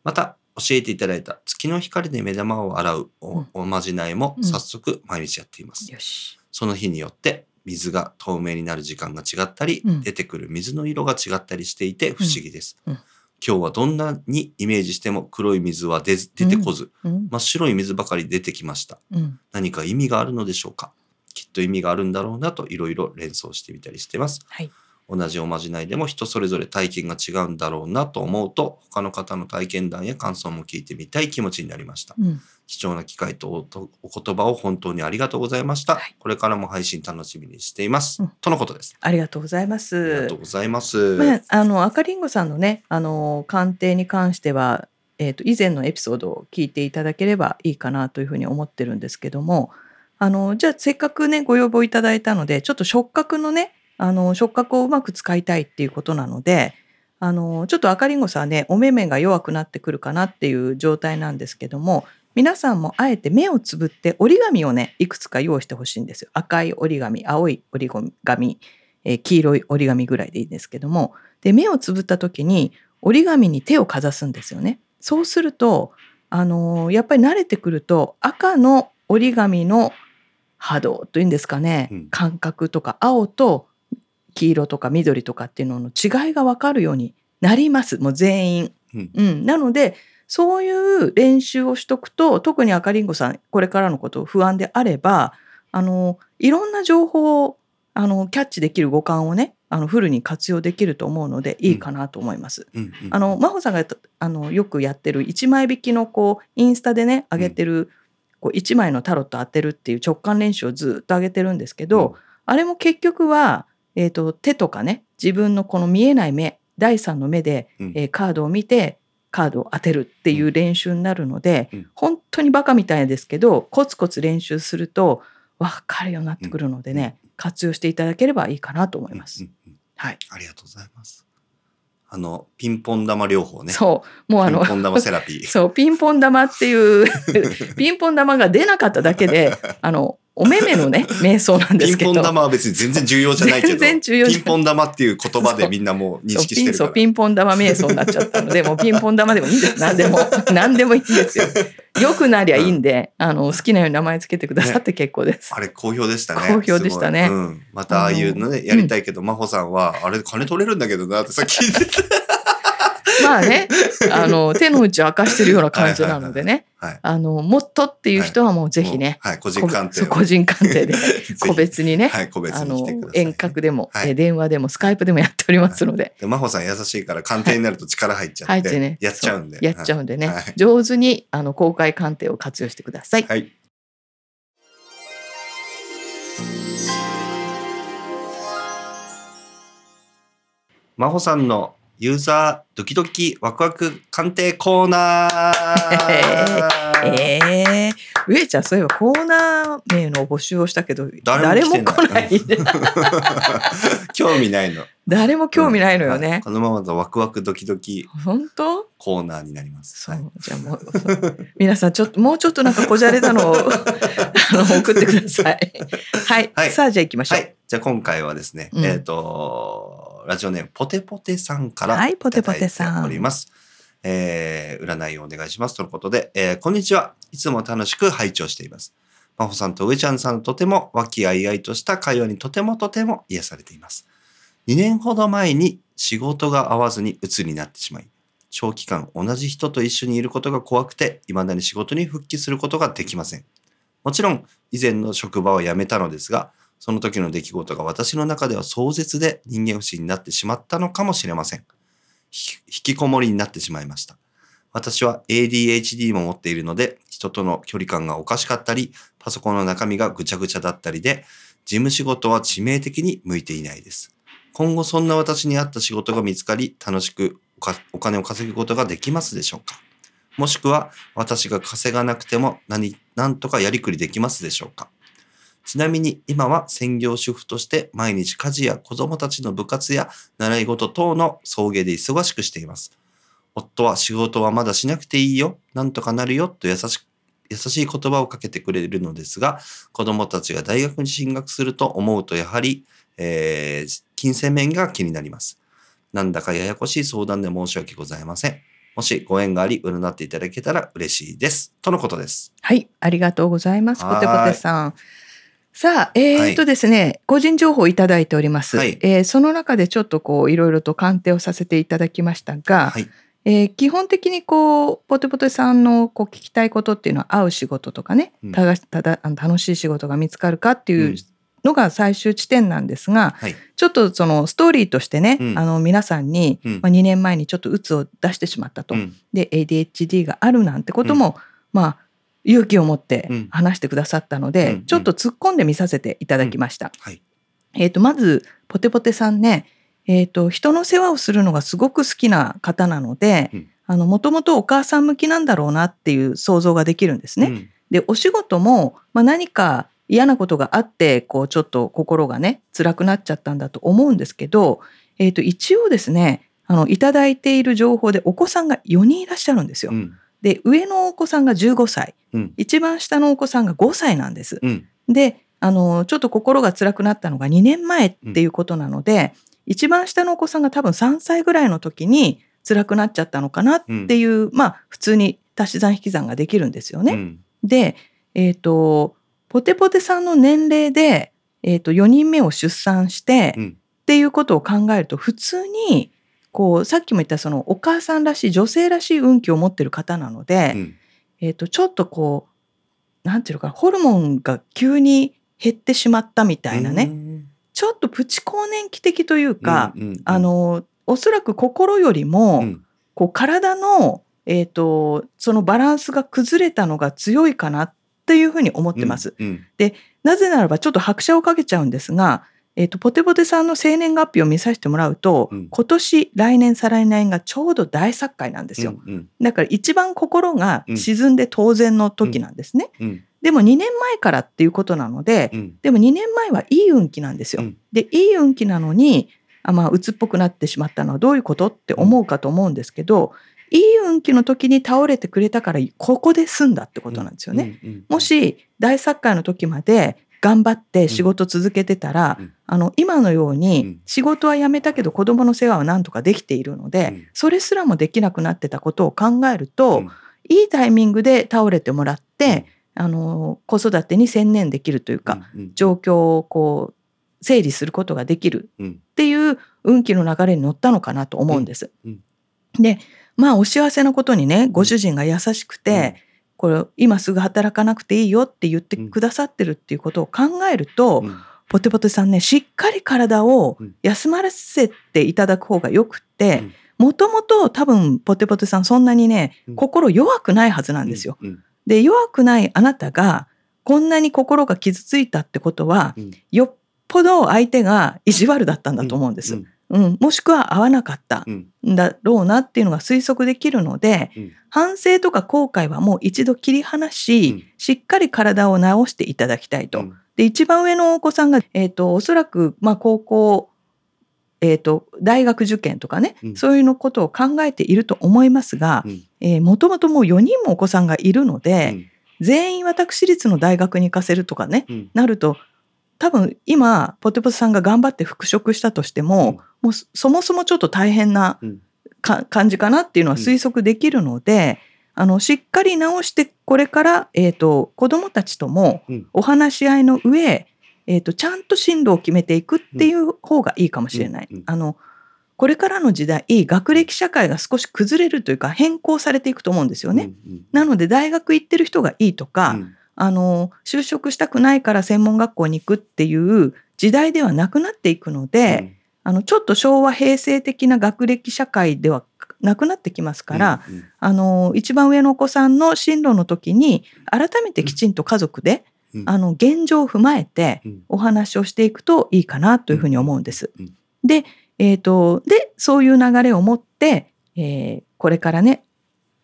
また教えていただいた月の光で目玉を洗うお,、
うん
まじないも
うん
早速毎日やっています。
よし
その日によって水が透明になる時間が違ったり、
うん
出てくる水の色が違ったりしていて不思議です、
うんうん
今日はどんなにイメージしても黒い水は出ず出てこず、
うん
真っ白い水ばかり出てきました
うん
何か意味があるのでしょうかきっと意味があるんだろうなといろいろ連想してみたりしてます
はい
同じおまじないでも人それぞれ体験が違うんだろうなと思うと他の方の体験談や感想も聞いてみたい気持ちになりました
うん
貴重な機会とおとお言葉を本当にありがとうございました。
はい
これからも配信楽しみにしています。
うん
とのことです。
ありがとうございま
ありが
す
とう。ございます。
まあ、あの赤りんごさんのねあの鑑定に関しては、えー、と以前のエピソードを聞いていただければいいかなというふうに思ってるんですけどもあのじゃあせっかくねご要望いただいたのでちょっと触覚のねあの触覚をうまく使いたいっていうことなのであのちょっと赤りんごさんはねお目目が弱くなってくるかなっていう状態なんですけども皆さんもあえて目をつぶって折り紙をねいくつか用意してほしいんですよ赤い折り紙青い折り紙、えー黄色い折り紙ぐらいでいいんですけどもで目をつぶった時に折り紙に手をかざすんですよね。そうすると、あのーやっぱり慣れてくると赤の折り紙の波動というんですかね、
うん
感覚とか青と黄色とか緑とかっていうのの違いが分かるようになりますもう全員。
うん
うん、なのでそういう練習をしとくと特に赤りんごさんこれからのこと不安であればあのいろんな情報をあのキャッチできる五感をねあのフルに活用できると思うのでいいかなと思います。
うんうん
あの真帆さんがやったあのよくやってる1枚引きのこうインスタでね上げてる、こう1枚のタロット当てるっていう直感練習をずっと上げてるんですけど、あれも結局は、えー、と手とかね自分のこの見えない目第三の目で、
うん
えーカードを見てカードを当てるっていう練習になるので、
うん
本当にバカみたいですけどコツコツ練習すると分かるようになってくるのでね、活用していただければいいかなと思います。
うんうんうん
はい、
ありがとうございます。あのピンポン玉療法ね。
そうもうあ
ピン
の
ポン玉 セラピー。
そうピンポン玉っていうピンポン玉が出なかっただけであのお目目のね、瞑想なんで
ピ
す
ン
けど。
ポン玉は別に全然重要じゃないけど、
全然重要じゃない
ピンポン玉っていう言葉でみんなもう認
そうピ
識して
ン
る
そう
から。
ピンポン玉瞑想になっちゃったのでもうピンポン玉でもいいんです何で も何でもいいんですよよくなりゃいいんで、あの好きなように名前つけてくださって結構です、
あれ好評でしたね。
好評でしたね
すごいうん、またああいうのね、やりたいけど、真帆さんは、あれ金取れるんだけどなってさっき聞いてた。
まあねあの手の内を明かしてるような感じなのでね
はい。
あのもっとっていう人はもう ぜひね、
もうはい、個人鑑定
こ
を。
個人鑑定で
ぜひ
個別にね、
はい、個別
あ
に来
の
てください、
遠隔でも、
はい
え電話でもスカイプでもやっておりますので、
で。真帆さん優しいから鑑定になると力入っちゃって、
はいね、
やっちゃうんで。
そやっちゃうんでね、
はい
上手にあの公開鑑定を活用してください。
はい。真帆さんのユーザードキドキワクワク鑑定コーナ ー。
ええ上ちゃんそういえばコーナー名の募集をしたけど
誰
誰
も
も
来てない
来ないね
興味ないの。
誰も興味ないのよ
は
ね、
このままだとワクワクドキドキ
本当
コーナーになります。
そう、
はい
じゃあもうそう皆さんちょっともうちょっとなんかこじゃれた のをあの送ってくださいはい、
はい
さあじゃあ行きましょ
は
う
い。じゃあ今回はですね、
うん
えっ、と、ラジオネームポテポテさんから。
はいポテポテさん
いただいております。えー、占いをお願いしますとのことで、えー、こんにちは。いつも楽しく拝聴しています。真帆さんと上ちゃんさんのとても和気あいあいとした会話にとてもとても癒されています。2年ほど前に仕事が合わずに鬱になってしまい、長期間同じ人と一緒にいることが怖くて、未だに仕事に復帰することができません。もちろん、以前の職場を辞めたのですが、その時の出来事が私の中では壮絶で人間不信になってしまったのかもしれません。ひ引きこもりになってしまいました。私は ADHD も持っているので、人との距離感がおかしかったり、パソコンの中身がぐちゃぐちゃだったりで、事務仕事は致命的に向いていないです。今後そんな私に合った仕事が見つかり、楽しくおかお金を稼ぐことができますでしょうかもしくは、私が稼がなくても何、なんとかやりくりできますでしょうかちなみに今は専業主婦として毎日家事や子供たちの部活や習い事等の送迎で忙しくしています。夫は仕事はまだしなくていいよ、なんとかなるよと優しく優しい言葉をかけてくれるのですが、子供たちが大学に進学すると思うとやはり、えー金銭面が気になります。なんだかややこしい相談で申し訳ございません。もしご縁があり、占っていただけたら嬉しいです。とのことです。
はい、ありがとうございます。ポ
はーい
テポテさん。さあ、え
は
ー、
い
っとですね、個人情報をいただいております。
はい
えーその中でちょっとこういろいろと鑑定をさせていただきましたが、
はい。
えー基本的にこうポテポテさんのこう聞きたいことっていうのは合う仕事とかね、
うん
ただただあの楽しい仕事が見つかるかっていううんのが最終地点なんですが、
はい。
ちょっとそのストーリーとしてね、
うん
あの皆さんに、
うん
まあ、2年前にちょっと鬱を出してしまったと。
うん
で ADHD があるなんてことも、まあ勇気を持って話してくださったので、
うん
ちょっと突っ込んで見させていただきました。
はい。
えっ、とまずポテポテさんね、えっ、と人の世話をするのがすごく好きな方なので、
うん
あのもともとお母さん向きなんだろうなっていう想像ができるんですね。
うん
でお仕事も、まあ、何か嫌なことがあってこうちょっと心がね辛くなっちゃったんだと思うんですけど、えー、と一応ですねあのいただいている情報でお子さんが4人いらっしゃるんですよ。
うん。
で上のお子さんが15歳
うん。
一番下のお子さんが5歳なんです。
うん。
であのちょっと心が辛くなったのが2年前っていうことなので、一番下のお子さんが多分3歳ぐらいの時に辛くなっちゃったのかなっていう、まあ普通に足し算引き算ができるんですよね。
うん
で、えー、とポテポテさんの年齢で、えー、と4人目を出産して、
うん
っていうことを考えると普通にこうさっきも言ったそのお母さんらしい女性らしい運気を持ってる方なので、
うん
えー、とちょっとこうなんていうのかなホルモンが急に減ってしまったみたいなね、
うん
ちょっとプチ更年期的というか、
うんうんうん
あのおそらく心よりも、
うん
こう体の、えー、とそのバランスが崩れたのが強いかなっていうふうに思ってます。
うん
なぜならばちょっと拍車をかけちゃうんですが、えー、とポテポテさんの生年月日を見させてもらうと、
うん
今年来年再来年がちょうど大作会なんですよ、
うん
だから一番心が沈んで当然の時なんですね、
うん
でも2年前からっていうことなので、
うん
でも2年前はいい運気なんですよ、
うん
でいい運気なのにあまあ鬱っぽくなってしまったのはどういうことって思うかと思うんですけど、いい運気の時に倒れてくれたからここで済んだってことなんですよね、
うんうんうん
もし大作家の時まで頑張って仕事続けてたら、
うん
あの今のよう
う
に
ん
仕事は辞めたけど子供の世話はなんとかできているので、
うん
それすらもできなくなってたことを考えると、
うん
いいタイミングで倒れてもらって、あの子育てに専念できるというか、
うん
状況をこう整理することができる
うん
っていう運気の流れに乗ったのかなと思うんです。
うん
でまあお幸せなことにねご主人が優しくて、これ今すぐ働かなくていいよって言ってくださってるっていうことを考えると、
うん
ポテポテさんねしっかり体を
うん
休まらせていただく方がよく
う
て
ん
もともと多分ポテポテさんそんなにね、
うん
心弱くないはずなんですよ。
うん
で弱くないあなたがこんなに心が傷ついたってことは
うん
よっぽど相手が意地悪だったんだと思うんです。
う
うん
ん
もしくは合わなかった
うん
んだろうなっていうのが推測できるので、
うん
反省とか後悔はもう一度切り離し、
うん
しっかり体を治していただきたいと。
うん
で一番上のお子さんが、えー、とおそらく、まあ、高校、えー、と大学受験とかね、
うん
そういうのことを考えていると思いますが
うん
えーもともともう4人もお子さんがいるの
う
で、
ん
全員私立の大学に行かせるとかね
うん
なると多分今ポテポテさんが頑張って復職したとしても、
う
も
ん
うそそもそもちょっと大変な
うん
か感じかなっていうのは推測できるので、あのしっかり直してこれから、えー、と子どもたちとも
うん
お話し合いの上、えー、とちゃんと進路を決めていくっていう方がいいかもしれない。
うんうん
あのこれからの時代学歴社会が少し崩れるというか変更されていくと思うんですよね。
うん
なので大学行ってる人がいいとか、
うん
あの就職したくないから専門学校に行くっていう時代ではなくなっていくので、あのちょっと昭和平成的な学歴社会ではなくなってきますから、、
うんうん
あの一番上のお子さんの進路の時に改めてきちんと家族で、
うん
あの現状を踏まえて
うん
お話をしていくといいかなというふうに思うんです。
うん
で,、えー、とでそういう流れを持って、えーこれからね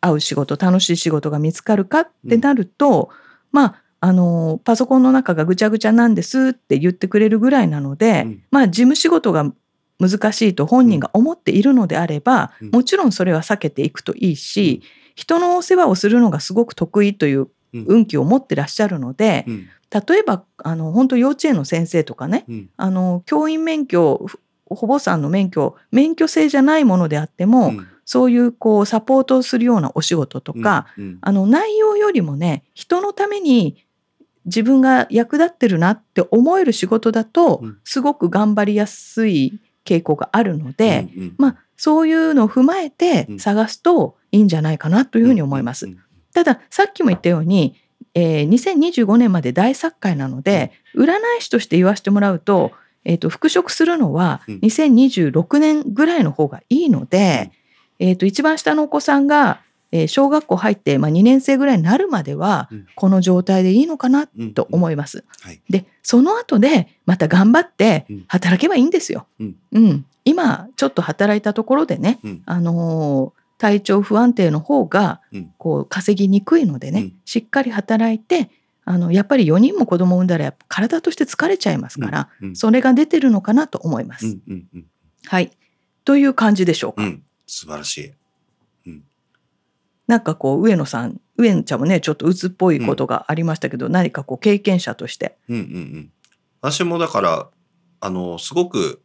会う仕事楽しい仕事が見つかるかってなると、まああのパソコンの中がぐちゃぐちゃなんですって言ってくれるぐらいなので、
うん
まあ事務仕事が難しいと本人が思っているのであれば、
うん
もちろんそれは避けていくといいし、人のお世話をするのがすごく得意という
うん
運気を持ってらっしゃるので、
うん
例えばあの本当幼稚園の先生とかね
うん
あの教員免許ふ保母さんの免許免許制じゃないものであっても、
うん
そういうこうサポートをするようなお仕事とか、
うんうん
あの内容よりもね人のために自分が役立ってるなって思える仕事だと、
うん
すごく頑張りやすい傾向があるので、
うんうん
まあ、そういうのを踏まえて
うん
探すといいんじゃないかなというふうに思います。
うんうん
たださっきも言ったように、えー2025年まで大作会なので、占い師として言わせてもらうと,、えーと復職するのは
うん
2026年ぐらいの方がいいので、えーと一番下のお子さんが、えー小学校入って、まあ、2年生ぐらいになるまでは、
うん
この状態でいいのかな
うん
と思います。
はい
でその後でまた頑張って
うん
働けばいいんですよ。
うん
今ちょっと働いたところでね、
うん
あのー体調不安定の方が
うん
こう稼ぎにくいのでね、
うん
しっかり働いてあのやっぱり4人も子供産んだらやっぱ体として疲れちゃいますから、
うんうん
それが出てるのかなと思います。
うんうんうん
はいという感じでしょうか。
うん素晴らしい
なんかこう上野さん上野ちゃんもねちょっと鬱っぽいことがありましたけど、何かこう経験者として。
うんうんうん私もだからあのすごく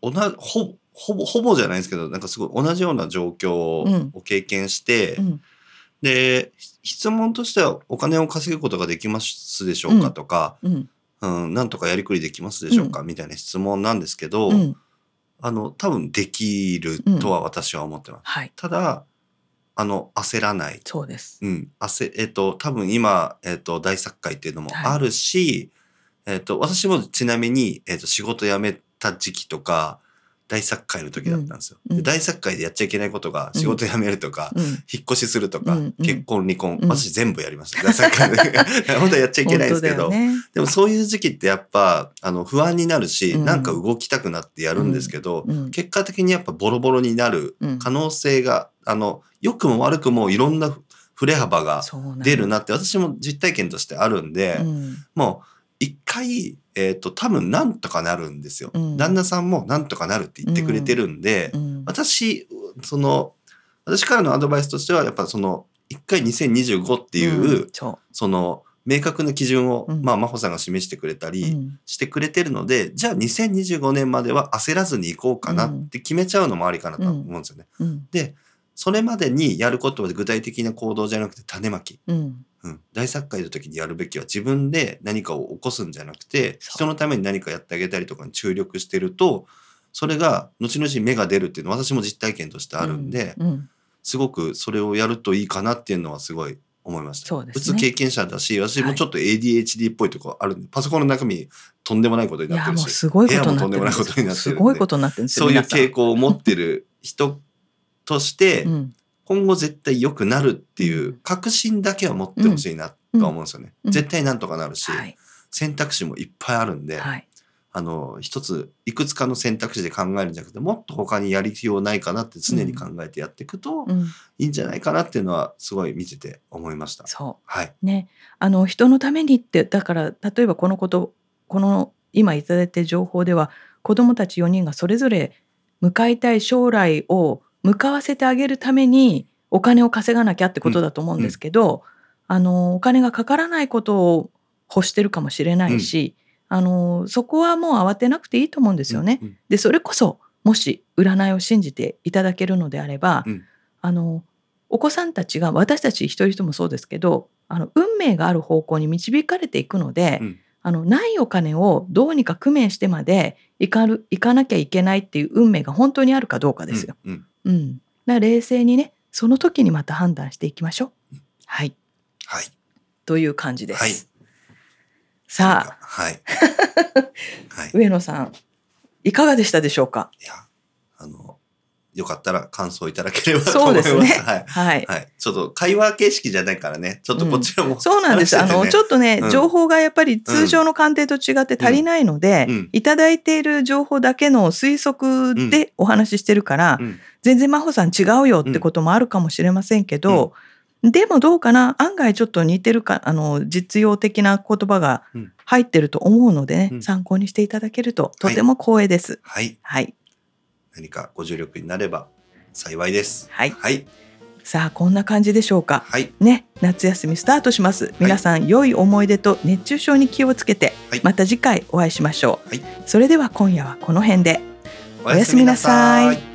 同じほほぼほぼじゃないんですけどなんかすごい同じような状況
うん
を経験して、
うん
でひ質問としてはお金を稼ぐことができますでしょうかとか、
うん
うんなんとかやりくりできますでしょうか、みたいな質問なんですけど、
うん
あの多分できるとは私は思ってます。
はい
ただあの焦らない
そうです。
うん、汗えっ、と多分今、えっと大作会っていうのも
はい
あるし、えっと私もちなみに、えっと仕事辞めた時期とか大作会の時だったんですよ。
うんうん
で大作会でやっちゃいけないことが仕事辞めるとか、
うん
引っ越しするとか、
うんうん
結婚離婚、
うん
私全部やりました大作会で 本当はやっちゃいけないんですけ
本
ど、
当だよね
でもそういう時期ってやっぱあの不安になるし、
うん
なんか動きたくなってやるんですけど、
うん
結果的にやっぱボロボロになる
うん
可能性が、あの良くも悪くもいろんな振れ幅が
そうなんだ
出るなって私も実体験としてあるんで、
うん
もう一回、えー、と多分なんとかなるんですよ、
うん
旦那さんもなんとかなるって言ってくれてるんで、
うん
私その私からのアドバイスとしてはやっぱその一回2025っていう、
んそ
その明確な基準を、
うん
まあ、真帆さんが示してくれたり、
うん
してくれてるので、じゃあ2025年までは焦らずに行こうかなって決めちゃうのもありかなと思うんですよね。
うん
それまでにやることは具体的な行動じゃなくて種まき。
うん
うん、大作会の時にやるべきは自分で何かを起こすんじゃなくて
そう
人のために何かやってあげたりとかに注力してるとそれが後々芽が出るっていうのは私も実体験としてあるんで、
うん
すごくそれをやるといいかなっていうのはすごい思いました。
そうですね
つ経験者だし私
は
も
い
ちょっと ADHD っぽいところあるんで、パソコンの中身とんでもないことに
い
なって
や
る
もう
し
すごいことに
部屋もと
なってる
んでもなんいことになってるんです
ごいことになってるんですよ
そういう
皆さん
傾向を持ってる人として、
うん
今後絶対良くなるっていう確信だけは持ってほしいなとは思うんですよね。
うんうん
絶対なんとかなるし、
はい
選択肢もいっぱいあるんで、
はい
あの一ついくつかの選択肢で考えるんじゃなくてもっと他にやりようないかなって常に考えてやっていくと
うん
いいんじゃないかなっていうのはすごい見てて思いました。
そ
はい、
うねあの人のためにってだから例えばこのことこの今いただいてる情報では子どもたち4人がそれぞれ向かいたい将来を向かわせてあげるためにお金を稼がなきゃってことだと思うんですけど、あのお金がかからないことを欲してるかもしれないし、あのそこはもう慌てなくていいと思うんですよね。
うん。
でそれこそもし占いを信じていただけるのであれば、
うん
あのお子さんたちが私たち一人一人もそうですけどあの運命がある方向に導かれていくので、
うん
あのないお金をどうにか工面してまで行かる行かなきゃいけないっていう運命が本当にあるかどうかですよ。
うん。うん
うんだから冷静にねその時にまた判断していきましょう。はい
はい。
という感じです。
はい
さあ
はい。はい。
上野さんいかがでしたでしょうか。
いや、あの、よかったら感想いただければと
そ
思
う
いま。
ですすね
はい。
はい、
はい。ちょっと会話形式じゃないからね、ちょっとこっちらも、
そうなんです。あ
話しててね
の、ちょっとね、
うん
情報がやっぱり通常の鑑定と違って足りないので、
うんうん
いただいている情報だけの推測でお話ししてるから、
うん
全然真帆さん違うよってこともあるかもしれませんけど、でもどうかな案外ちょっと似てるか、あの、実用的な言葉が
うん
入ってると思うのでね、
うん
参考にしていただけるととても光栄です。
はい。
はい。
何かご助力になれば幸いです。
はい
はい。
さあ、こんな感じでしょうか。
はい。
ね、夏休みスタートします。皆さん、良い思い出と熱中症に気をつけて、
はい
また次回お会いしましょう。
はい
それでは今夜はこの辺で。
おやすみな
お
さ
やすみなさ
い
い。